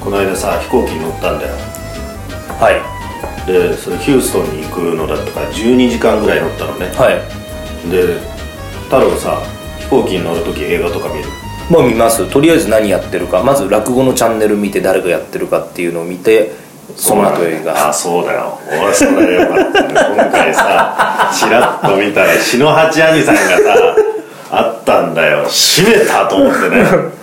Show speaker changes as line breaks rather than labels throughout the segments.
この間さ飛行機に乗ったんだよ
はい
でそれヒューストンに行くのだったから12時間ぐらい乗ったのね
はい
で太郎さ飛行機に乗るとき映画とか見る
まあ見ますとりあえず何やってるかまず落語のチャンネル見て誰がやってるかっていうのを見てその後映
あ
画
そうだよ俺それよかったね今回さちらっと見たら篠八兄さんがさあったんだよ閉めたと思ってね、うん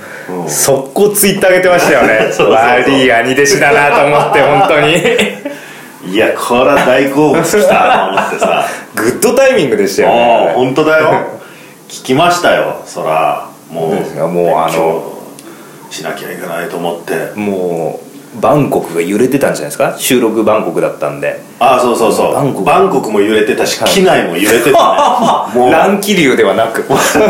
速攻ツイッター上げてましたよ ね
そうそうそう
悪い兄弟子だなと思って本当に
いやこれは大好物来たと思ってさ
グッドタイミングでしたよ
もう
ね
本当 だよ聞きましたよそらもう
そうですねもうあの
今日しなきゃいけないと思って
もうバンコクが揺れてたんじゃないですか収録バンコクだったんで
ああそうそうそう
バンコク
も揺れてたし機内も 揺れてたねもう
乱気流ではなく
もうすごい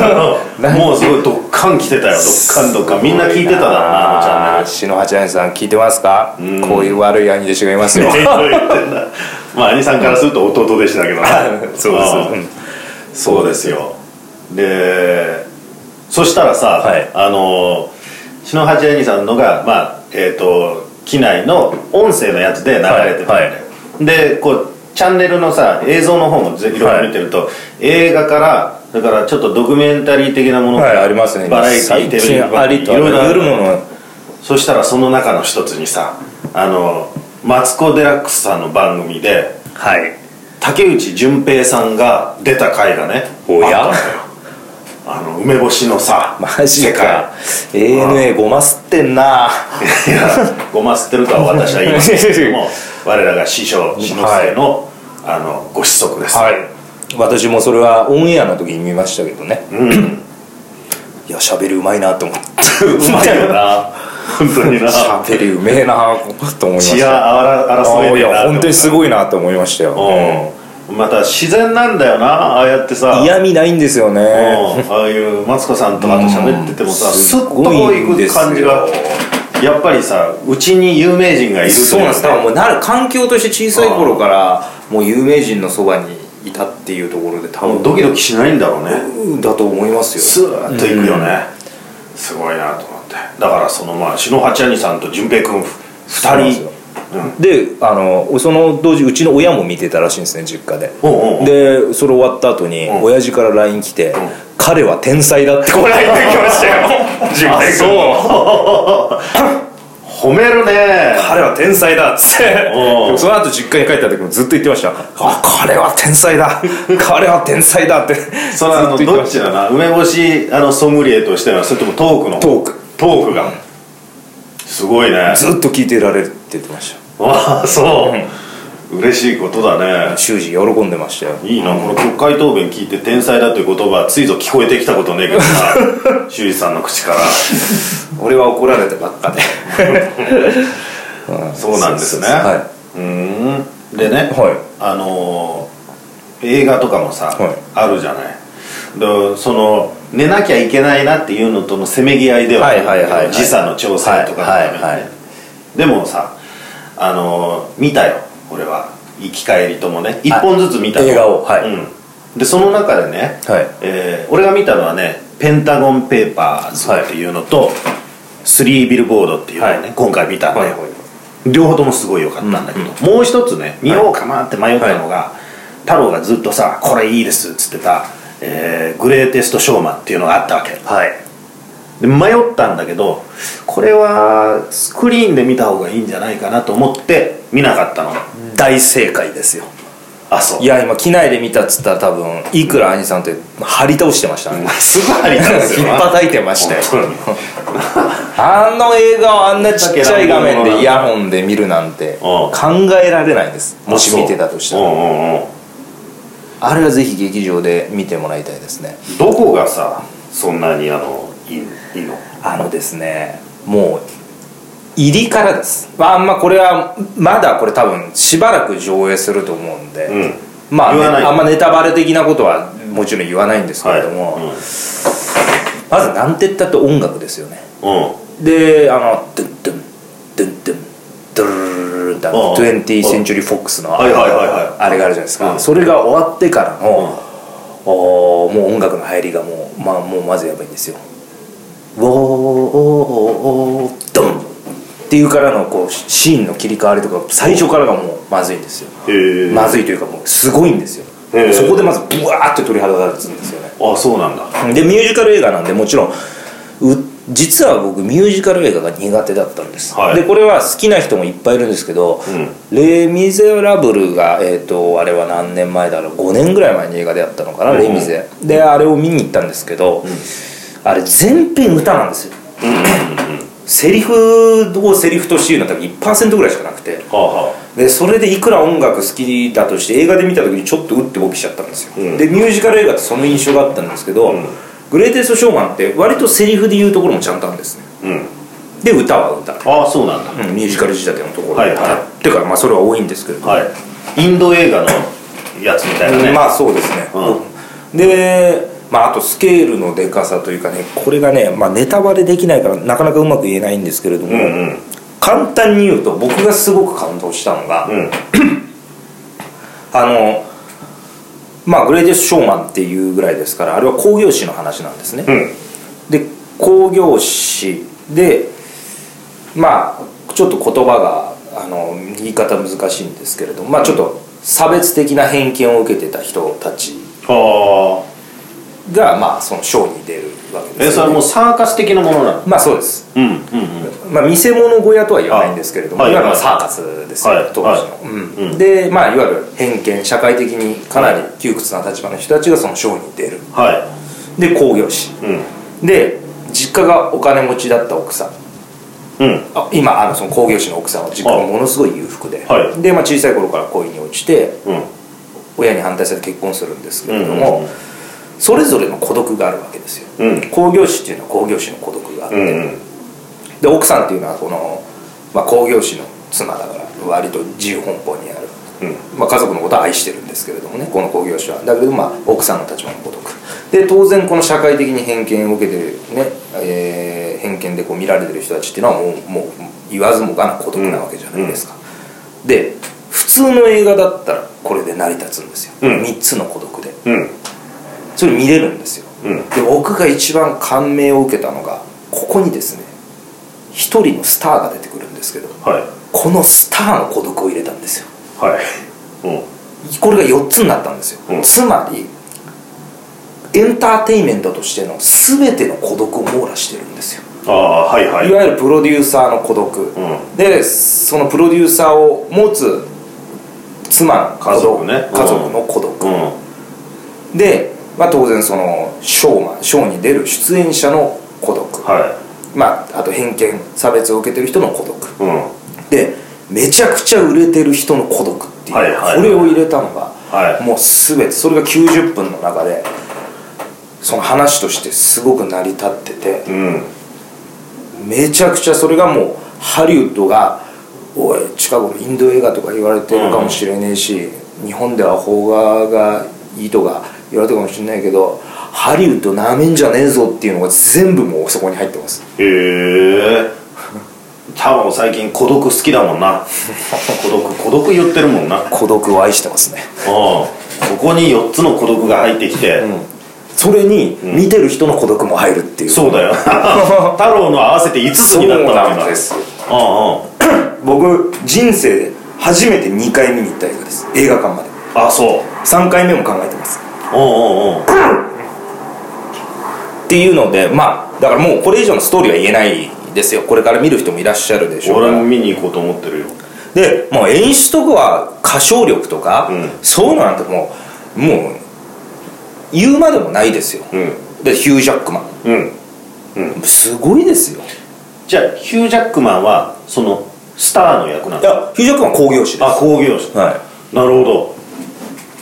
ドッカン来てたよドッカンドッカンみんな聞いてただろうなあのチ
篠八兄さん聞いてますか
ん
こういう悪い兄弟子がい ます よ
ャンネルまあ兄さんからすると弟でしたけどね
そうですうん
すそうですよでそしたらさ、
はい
あの篠八兄さんのがまあえっ、と機内の音声のやつで流れてたんだよ、
はいは
でこうチャンネルのさ映像の方もぜいろいろ見てると、映画からだからちょっとドキュメンタリー的なもの
はい
から
ありますね
バラエティ
最
ーテレビ
近ありとあ
いろいろ
ら
あ
ゆ
る
るもの
そしたらその中の一つにさあのマツコ・デラックスさんの番組で
はい
竹内淳平さんが出た回がね
おや
あったんだよあの梅干しのさ
マジ
世界
か ANA ごま吸ってんない
やごま吸ってるとは私は言いませんけども我らが師匠志の輔の,、あのご子息です、
はい私もそれはオンエアの時に見ましたけどね
うん
いや喋りうまいなと思って
うまいよな本当にな
喋りうめえなと思いまし
血
た
があわら
あ
争
ー
え
い
て
や
るなって思った
本当にすごいなと思いましたよ
うんまた自然なんだよなああやってさ
嫌味ないんですよね
うんああいうマツコさんとかと喋っててもさ
うん
スッとこういく感じが
すごいん
やっぱりさうちに有名人がいるとい
そうなんですだからも
ね
うなる環境として小さい頃からもう有名人のそばにいたっていうところで多
も
分
うドキドキしないんだろうね
だと思います
ス
よ
ーッといくよねすごいなと思ってだからそのまあ篠八兄さんと淳平君
そうなん
2人
ですよであのその当時うちの親も見てたらしいんですね実家で
おうおうおう
でそれ終わった後に
ん
親父から LINE 来て
ん
「彼は天才だ」ってこれ
出てきま したよ純平君
褒めるね
彼は天才だっつって
うん
その後実家に帰った時もずっと言ってましたあ彼は天才だ彼は天才だって
それはあの
ずっと
ど
言
ってちだな梅干しあのソムリエとしてはそれともトークの
トーク
トークがすごいね
ずっと聞いてられるって言ってまし
ああそう、嬉しいことだね
た習字喜んでましたよ
いいな、この国会答弁聞いて天才だという言葉はついぞ聞こえてきたことねえけどな修二さんの口から
俺は怒られたばっか で
そうなんですね
そうそうそうはいう
ーんでね、
はい
あのー映画とかもさ、
はい
あるじゃないでその寝なきゃいけないなっていうのとのせめぎ合いではあるんだけど
はいはいはいはい
時差の調整とかのためにね
はいはいはい
でもさあのー見たよ俺は行き帰りともね一本ずつ見たの
映画をはい
うん、でその中でね、
はい
えー俺が見たのはね「ペンタゴン・ペーパーズ」っていうのと「スリー・ビルボード」っていうのをね、
はい
今回見たんだよ、
はいはい
両方ともすごい良かったんだけど、もう一つね見ようかなって迷ったのが、太郎がずっとさ「これいいです」っつってた「えーグレーテスト・ショーマン」っていうのがあったわけ
はい
で迷ったんだけどこれはスクリーンで見た方がいいんじゃないかなと思って見なかったの
大正解ですよ
あそう
いや今機内で見たっつったら多分いくら兄さんって張り倒してましたね
すぐ入ったんです
引
よ
っ叩いてましたよ
本当に
あの映画をあんなちっちゃい画面でイヤホンで見るなんて
う
考
ん
えられないですもし見てたとしたら
うんうんうん
あれはぜひ劇場で見てもらいたいですね
どこがさそんなにあのいいいいの
あのですねもう入りからですまああんまこれはまだこれ多分しばらく上映すると思うんで、
うん
まあ、
言わない
あんまネタバレ的なことはもちろん言わないんですけれども、まずなんて言ったって音楽ですよね
うんうん
であのドゥンドゥンドゥンドゥンドゥルルルルルンってあの
うん
20 Century Fox のあ
はい
れ
はい
が
はいはい
あれがあるじゃないです
う
か
ん
それが終わってからのおーもう音楽の入りがもうまあもうまずやばいんですよ「ウォーおーおーおードンっていうからのこうシーンの切り替わりとか最初からがもうまずいんですよ
へえ
まずいというかもうすごいんですよ
へえ
そこでまずブワーって鳥肌立つんですよね
あそうなんだ
でミュージカル映画なんでもちろんう実は僕ミュージカル映画が苦手だったんです、
はい
でこれは好きな人もいっぱいいるんですけど「レ・ミゼラブルが」えー、とあれは何年前だろう5年ぐらい前に映画でやったのかな「レ・ミゼ」であれを見に行ったんですけど、あれ全編歌なんですよ、セリフをセリフとして言うのは多分1%ぐらいしかなくて
はあは
でそれでいくら音楽好きだとして映画で見た時にちょっとうって起きちゃったんですよ、
うん
でミュージカル映画ってその印象があったんですけど、
うん
グレイテスト・ショーマンって割とセリフで言うところもちゃんとあるんですね
うん
で歌は歌、
ああそうなんだ
うんミュージカル仕立てのところ
はい
で歌、
はい
っていうかまあそれは多いんですけれど、
はいインド映画のやつみたいなね、
まあそうですね、で、まあ、あとスケールのでかさというかねこれがね、まあ、ネタバレできないからなかなかうまく言えないんですけれども、
うんうん
簡単に言うと僕がすごく感動したのが、
うん
あのまあグレイテスト・ショーマンっていうぐらいですからあれは興行師の話なんですね、
うん
で興行師でまあちょっと言葉があの言い方難しいんですけれどまあちょっと差別的な偏見を受けてた人たち
ああ
がまあそのショーに出るわけ
え
です
それ
よ、
はもうサーカス的なものなの
まあそうです、
うんうんうん
まあ、見せ物小屋とは言わないんですけれども、
あ
いわゆ
はい
る
はい
サーカスですよ、
はい
当時の、
はい
うん
うん
でまあいわゆる偏見社会的にかなり窮屈な立場の人たちがそのショーに出る
は
で興行師
いうん
で実家がお金持ちだった奥さん
うん
あ今あのその興行師の奥さんは実家がものすごい裕福で、
はい
で、まあ、小さい頃から恋に落ちて
うん
親に反対されて結婚するんですけれども、
うんうんうん
それぞれの孤独があるわけですよ
うん
興行師っていうのは興行師の孤独があっ
う
て、
んうん
で奥さんっていうのはこの、まあ、興行師の妻だから割と自由奔放にある、まあ、家族のことは愛してるんですけれどもねこの興行師はだけど、まあ、奥さんの立場のごとくで当然この社会的に偏見を受けてね、えー偏見でこう見られてる人たちっていうのはもうもう言わずもがな孤独なわけじゃないですか、で普通の映画だったらこれで成り立つんですよ、
うん
3つの孤独で
うん
それ見れるんですよ、
うん
で僕が一番感銘を受けたのがここにですね一人のスターが出てくるんですけど
はい
このスターの孤独を入れたんですよ
はいうん
これが4つになったんですよ、
うん
つまりエンターテインメントとしての全ての孤独を網羅してるんですよ
ああはいはい
いわゆるプロデューサーの孤独、
ん
でそのプロデューサーを持つ妻の孤
家
独
族ね
家族の孤独、
うん
で、まあ、当然そのショーマンショーに出る出演者の孤独、
は
まあ、あと偏見差別を受けてる人の孤独
いうん
でめちゃくちゃ売れてる人の孤独っていう、
はいはい
これを入れたのが、
はい
もう全てそれが90分の中でその話としてすごく成り立ってて、
うん
めちゃくちゃそれがもうハリウッドが「おい近頃インド映画とか言われてるかもしれねえし、日本では邦画がいいとか言われてるかもしれないけどハリウッドなめんじゃねえぞ」っていうのが全部もうそこに入ってます
へえタマ最近孤独好きだもんな孤独孤独言ってるもんなうん
孤独を愛してますね
ここに4つの孤独が入ってきて、
それに見てる人の孤独も入るっていう、
そう だよ太郎の合わせて5つになったわけだ
そうなんですよ
うん
僕人生で初めて2回見に行った映画です映画館まで
うんあそう
3回目も考えてます
うんうんうん
っていうのでまあだからもうこれ以上のストーリーは言えないですよこれから見る人もいらっしゃるでしょうか
俺
ら
も見に行こうと思ってるよ
でもう演出とかは歌唱力とか、
うん
そういうのなんてもうもう言うまでもないですよ、
うん
でヒュー・ジャックマン
うん
すごいですよ
じゃあヒュー・ジャックマンはそのスターの役なん
い
だ
やヒュー・ジャックマン興行師で
あ興行師
す、はい、
なるほ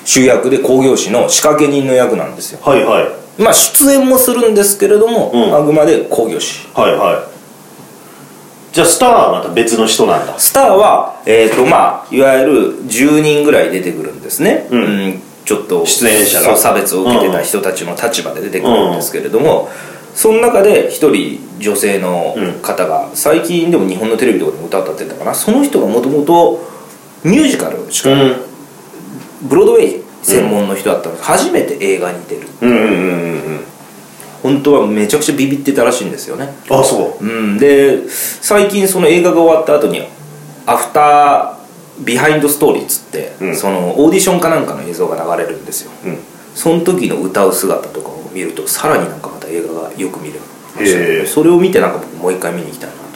主役で興行師の仕掛け人の役なんですよ
どはいはい
まあ出演もするんですけれども、
うん
あくまで興行師
はいはいじゃあスターはまた別の人なんだ
スターは、えーとまあ、いわゆる10人ぐらい出てくるんですね、
うん
ちょっと
出演者が
そう差別を受けてた人たちの立場で出てくるんですけれども、その中で一人女性の方が、最近でも日本のテレビとかでも歌を歌ってたかなその人がもともとミュージカルしか、
ん
ブロードウェイ専門の人だったので、初めて映画に出る
うんうんうんうん
本当はめちゃくちゃビビってたらしいんですよね
あそ
うん、で最近その映画が終わった後にアフタービハインドストーリーっつって、
うん
そのオーディションかなんかの映像が流れるんですよ、
うん
その時の歌う姿とかを見るとさらになんかまた映画がよく見れる
へえ
それを見てなんか僕もう一回見に行きたいなと思っ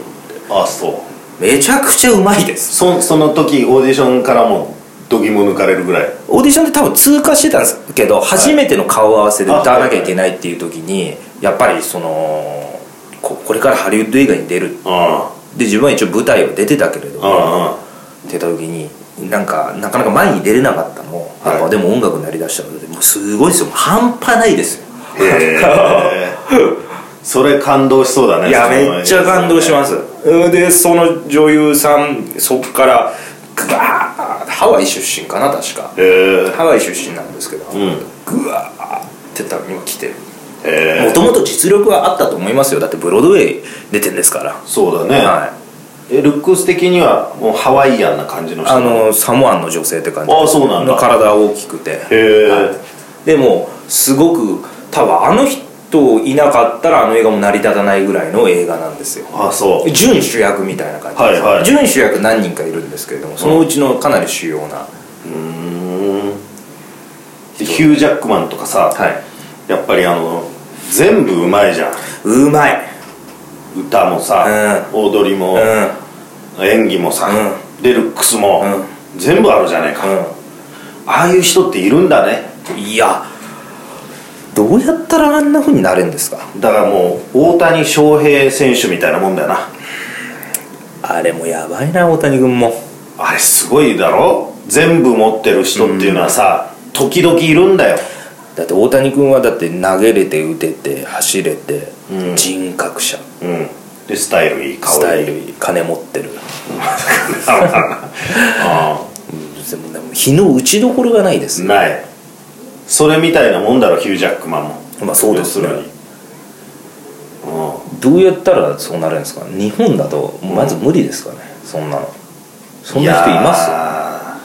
て
あそう
めちゃくちゃうまいです
そその時オーディションからもどぎも抜かれるぐらい
オーディションで多分通過してたんですけど初めての顔合わせで歌わなきゃいけないっていう時にやっぱりそのここれからハリウッド映画に出る
あ
で自分は一応舞台を出てたけれど
ああ
出た時になんかなかなか前に出れなかったのを、
はい
やっぱでも音楽になりだしたのでもうすごいですよ半端ないですよ
へえ それ感動しそうだね
いやめっちゃ感動しますすうんでその女優さんそっからグワーハワイ出身かな確か
へえ
ハワイ出身なんですけど、
ん
グワーって多分今来てる
へ
も
え
ともと実力はあったと思いますよだってブロードウェイ出てんですから、
そうだね、
はい
えルックス的にはもうハワイアンな感じの人
あのサモアンの女性って感じ
あそうなんだ
の体大きくて
へえ
はいでもすごく多分あの人いなかったらあの映画も成り立たないぐらいの映画なんですよ
あそう
準主役みたいな感じです、
はいはい
準主役何人かいるんですけれどもそのうちのかなり主要な、
うーんヒュー・ジャックマンとかさ、
はい
やっぱりあの全部うまいじゃん
うまい
歌もさ、踊りも、
う
演技もさ、でルックスも、全部あるじゃないか、
んうん
ああいう人っているんだね
いやどうやったらあんなふうになれるんですか
だからもう大谷翔平選手みたいなもんだよな
あれもやばいな大谷君も
あれすごいだろ全部持ってる人っていうのはさ、時々いるんだよ
だって大谷君はだって投げれて打てて走れて、
うん
人格者
うんでスタイルいい顔
スタイ
ル
ルいい金持ってる
ああ
でもでも日の打ちどころがないです、
ないそれみたいなもんだろヒュー・ジャックマンも
まあそうですね
要るにうん
どうやったらそうなるんですか日本だとまず無理ですかね、そんなのそんな人います
や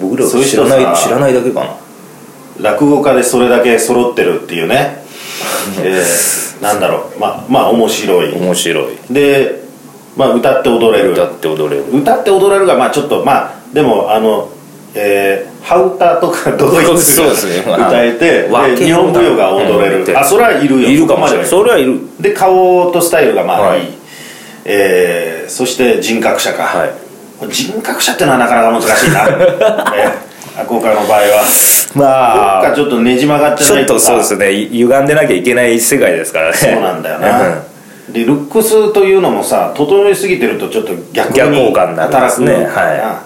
僕らは
そういう
知ら
人さ
ない知らないだけかな
ー落語家でそれだけ揃ってるっていう ね、えーなんだろうまあまあ面白い
面白い
で、まあ、歌って踊れる
歌って踊れる
歌って踊れるがまあちょっとまあでもあのえー、ハウターとかドドイツ
そう
が
ですね
歌えて、
和系
で日本舞踊が踊れる、
うん
あそれはいるよ
いるかもしれない
そこ
それはいる
までで顔とスタイルがまあいい、
はい
えーそして人格者か、
はい
人格者ってのはなかなか難しい な、えー、今回の場合は
ま
どっかちょっとねじ曲がって
ち
な
ょ
い
っと
と
そうで
か
すねい歪んでなきゃいけない世界ですからね
そうなんだよな、
うん
でルックスというのもさ整いすぎてるとちょっと逆
逆
に
効果になるんで
働
す
く
ね
のかな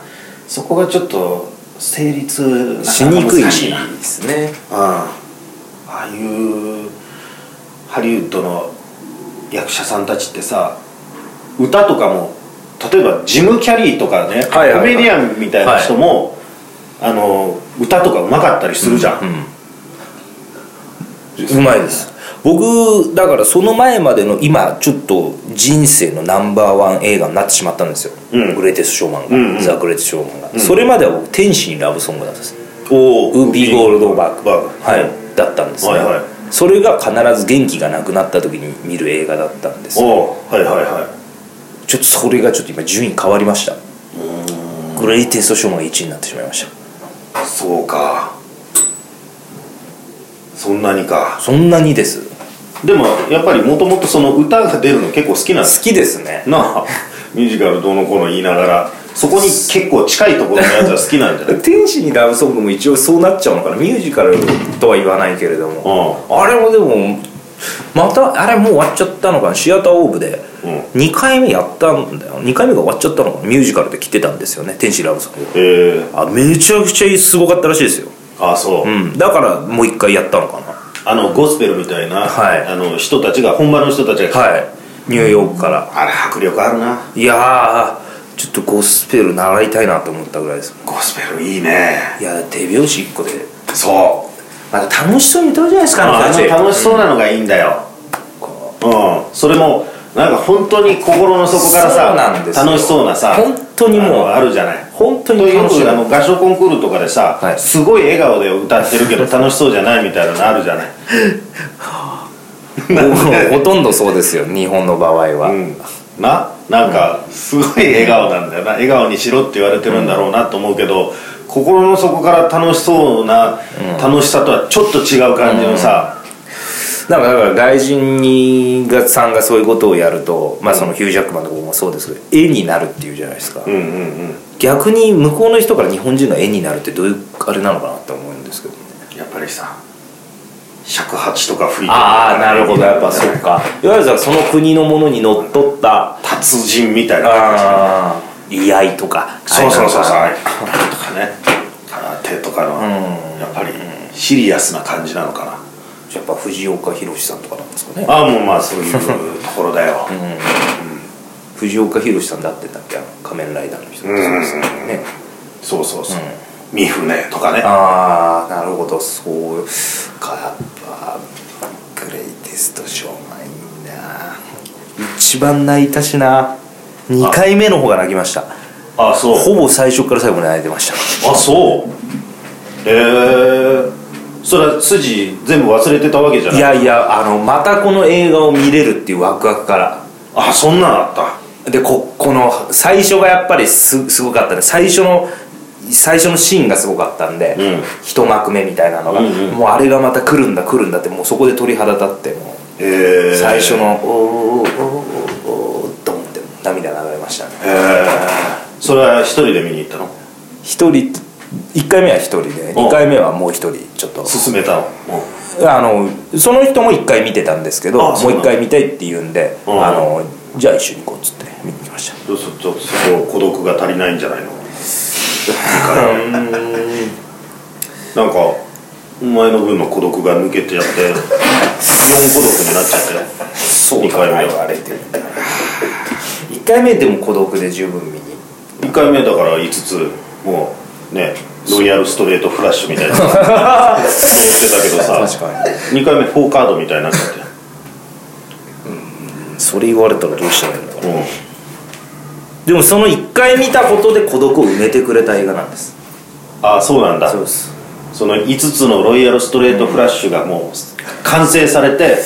そこがちょっと成立なかなか
しにくい
難
で
しいなうん
すね
ああいうハリウッドの役者さんたちってさ歌とかも例えばジム・キャリーとかね、
はいはいはい
コメディアンみたいな人も、あの歌とかうまかったりするじゃん、
うまいです僕だからその前までの今ちょっと人生のナンバーワン映画になってしまったんですよ、
うん
グレーテストショーマンが、
うんうん
ザ・グレーテストショーマンが、それまでは僕天使にラブソングだったんです
お
ウーピーゴールドバーグ
バーグ
はい、だったんですね、
はいはい
それが必ず元気がなくなった時に見る映画だったんですよ
おうはいはいはい
ちょっとそれがちょっと今順位変わりましたグレイテストショーマンが1位になってしまいました
そうかそんなにか
そんなにです
でもやっぱりもともとその歌が出るの結構好きなんです
好きですね
なあ ミュージカルどうのこうの言いながらそこに結構近いところのやつは好きなんじゃないうん
天使にラブソングも一応そうなっちゃうのかなミュージカルとは言わないけれどもあれもでもまたあれもう終わっちゃったのかなシアターオーブで
うん
2回目やったんだよ2回目が終わっちゃったのかなミュージカルで来てたんですよね天使にラブソング
えー、
あめちゃくちゃすごかったらしいですよ、
ああそう、
うん、だからもう一回やったのかな
あのゴスペルみたいな、
はい
あの人たちが本場の人たちが、
はいニューヨークから
あれ迫力あるない
やーちょっとゴスペル習いたいなと思ったぐらいです
ゴスペルいいね
いや手拍子1個で
そう
また楽しそうに歌うじゃないですか
あ
あの
の
人たち
楽しそうなのがいいんだよ、うん、それもなんか本当に心の底から
そ
さ
うなんですよ
楽しそうなさ
本当にもう
あのあるじゃない
本当
と
に
よ
楽しい
くあの合唱コンクールとかでさ、
はい
すごい笑顔で歌ってるけど楽しそうじゃないみたいなのあるじゃない
ほとんどそうですよ日本の場合は、
うんななんかすごい笑顔なんだよな笑顔にしろって言われてるんだろうなと思うけど心の底から楽しそうな楽しさとはちょっと違う感じのさ
なんかだから外人にがさんがそういうことをやると、まあ、そのヒュージャックマンとかもそうですけど絵になるっていうじゃないですか、
うんうんうん
逆に向こうの人から日本人が絵になるってどういうあれなのかなって思うんですけどね
やっぱりさ尺八とか吹いて
ああなるほどやっぱそっかいわゆるその国のものにのっとった
達人みたいな
あー居合とか
そうそうそうそう
あ
あ
あい
れとかね空手とかのやっぱりシリアスな感じなのかな
のがやっぱ藤岡弘さんとかなんですかね
ああもうまあそう いうところだよ
藤岡弘さんだってだっけあの仮面ライダーの人ってそうですよね
そうそうそう三船とかね
ああなるほどそうかやっぱグレイテストショーマンいいな一番泣いたしな2回目の方が泣きました
ああそう
ほぼ最初から最後まで泣いてました
あそうええそれは筋全部忘れてたわけじゃないい
やいやあのまたこの映画を見れるっていうワクワクから
あそんなのあった
でここの最初がやっぱりすすごかったね最初の最初のシーンがすごかったんで、
うん
一幕目みたいなのが、
うんうん
もうあれがまた来るんだ来るんだってもうそこで鳥肌立っても
え
う
え
最初の「おーおーおーおードン」って涙流れましたね
ええそれは一人で見に行ったの
一人1回目は一人で
お
2回目はもう一人ちょっと
勧めたの
あのその人も1回見てたんですけども
あ
う
そうなん
1回見たいって言うんで、
うん
あのじゃあ一緒に行こうっつって見に来ました
どうするとそこ孤独が足りないんじゃないのなんかお前の分の孤独が抜けてやって4孤独になっちゃったよ
そう
だ
だ
ね
言われてる1回目でも孤独で十分見に
1回目だから5つもうねロイヤルストレートフラッシュみたいなの乗ってたけどさ
か
2回目4カードみたいになっちゃったよ
にそれ言われたらどうしたらいいのかな
うん
でもその1回見たことで孤独を埋めてくれた映画なんです
ああそうなんだ
そうです
その5つのロイヤルストレートフラッシュがもう完成されて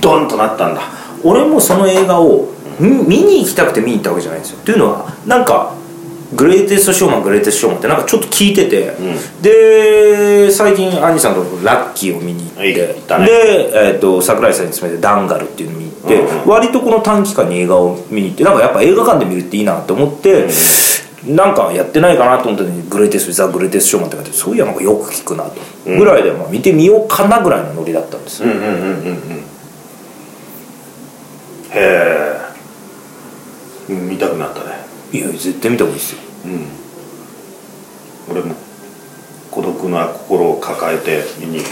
ドンとなったんだ
俺もその映画を見見に行きたくて見に行ったわけじゃないんですよというのはなんかグレイテストショーマングレイテストショーマンってなんかちょっと聞いてて、で最近兄さんとラッキーを見に行って、
行ったね
で、えー、と桜井さんに詰めてダンガルっていうの見に行って、
うん
割とこの短期間に映画を見に行ってなんかやっぱ映画館で見るっていいなと思って、なんかやってないかなと思った時に「グレイテスト・ザ・グレイテスト・ショーマン」って書いてそういやなんかよく聞くなと、ぐらいで、まあ、見てみようかなぐらいのノリだったんです
う
よ
んうんうんうんうんへえうん見たくなったね
いや絶対見た方がいいですよ
俺も孤独な心を抱えて見に行こ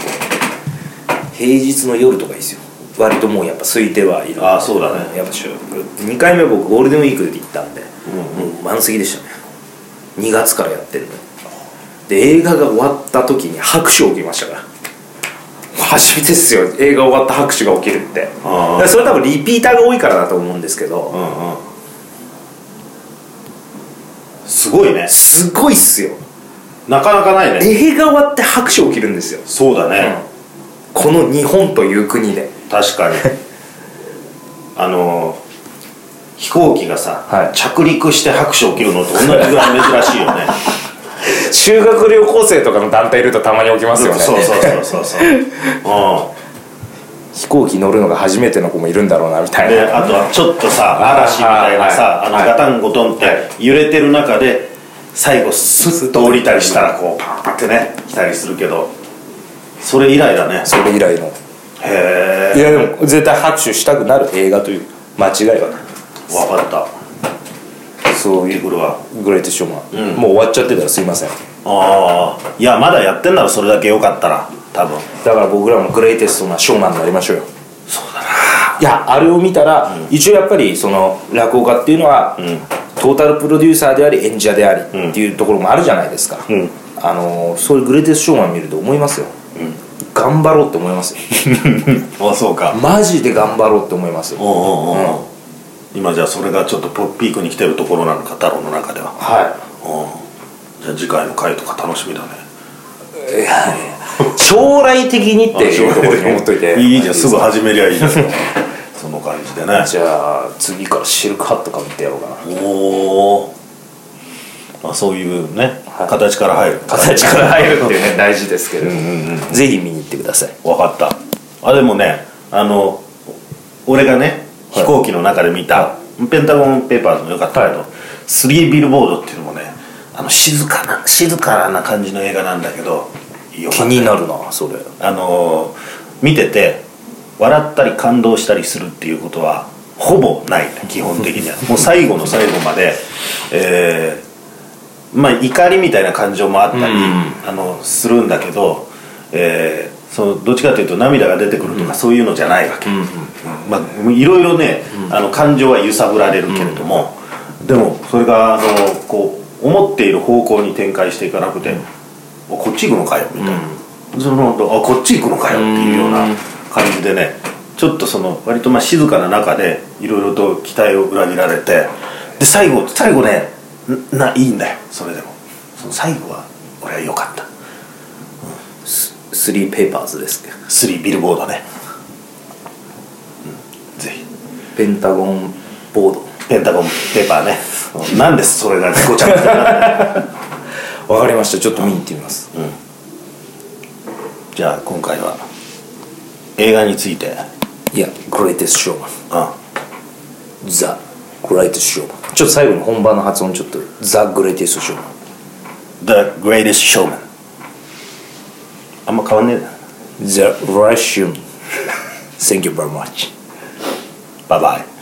平日の夜とかいいですよ割ともうやっぱ空いてはいる
ああそうだね
やっぱ収録2回目僕ゴールデンウィークで行ったんで、
う
もう満席でしたね2月からやってるのにで映画が終わった時に拍手を起きましたから初めてですよ映画終わった拍手が起きるってだ
ああ
からそれ多分リピーターが多いからだと思うんですけど、
ううんうんすごいね
すごいっすよ
なかなかないね
映画終わって拍手起きるんですよ、
そうだね、
この日本という国で
確かに あのー飛行機がさ、
はい
着陸して拍手起きるのと同じぐらい珍しいよね
修学旅行生とかの団体いるとたまに起きますよね
そうそうそうそうそううん
飛行機乗るのが初めての子もいるんだろうなみたい
で
な
あとはちょっとさ嵐みたいなさ
はい
あのガタンゴトンって揺れてる中で最後スッと降りたりしたらこうパンパンってね来たりするけどそれ以来だね
それ以来の
へ
いやでも絶対拍手したくなる映画という間違いはない
えわかった
そうい
見て
う
くるわ
グレーテショーマン、もう終わっちゃってたらすいません
ああいやまだやってんならそれだけよかったら多分
だから僕らもグレイテストなショーマンになりましょうよそうだないやあれを見たら、一応やっぱりその落語家っていうのは、トータルプロデューサーであり演者でありっていうところもあるじゃないですか、
ん
あのそういうグレイテストショーマン見ると思いますよ、頑張ろうって思いますよ
あそうか
マジで頑張ろうって思いますよ
おうおうおう、今じゃあそれがちょっとポッピークに来てるところなのか太郎の中では
は
うんじゃあ次回の回とか楽しみだね
いいやいや将来的にっていうところに思っといて
いいじゃんすぐ始めりゃい いじゃんその感じでね
じゃあ次からシルクハットかぶってやろうかな
おお、まあ、そういうね、
はい
形から入る
形から入るっていうね大事ですけれども、ぜひ見に行ってください
分かったあでもねあの俺がね
は
飛
い
行機の中で見た、ペンタゴンペーパーズもよかったけど、スリービルボードっていうのもねあの静かな静かな感じの映画なんだけどよ
気
かっ
になるなそれ
たあの見てて笑ったり感動したりするっていうことはほぼない 基本的にはもう最後の最後までえーまあ怒りみたいな感情もあったり、あのするんだけど、えーそのどっちかというと涙が出てくるとか、そういうのじゃないわけ、まあ、いろいろね、あの感情は揺さぶられるけれども、でもそれがあのこう思っている方向に展開していかなくて、おこっち行くのかよみたいな、そのあこっち行くのかよっていうような感じでねちょっとその割とまあ静かな中でいろいろと期待を裏切られてで最後最後ねんないいんだよそれでもその最後は俺は良かった
スリーペーパーズですけど
3ビルボードね、うん、ぜひ
ペンタゴンボード
ペンタゴンペーパーねうんなんですそれがごちゃごちゃ
わかりましたちょっと見に行ってみます
じゃあ今回は映画について
いやグレイテストショーマン
あ
ザ・グレイテストショーマンちょっと最後の本番の発音ちょっとザ・グレイテストショーマン
The Greatest Showman あんま変わんねえな
The Russian Thank you very much
バイバイ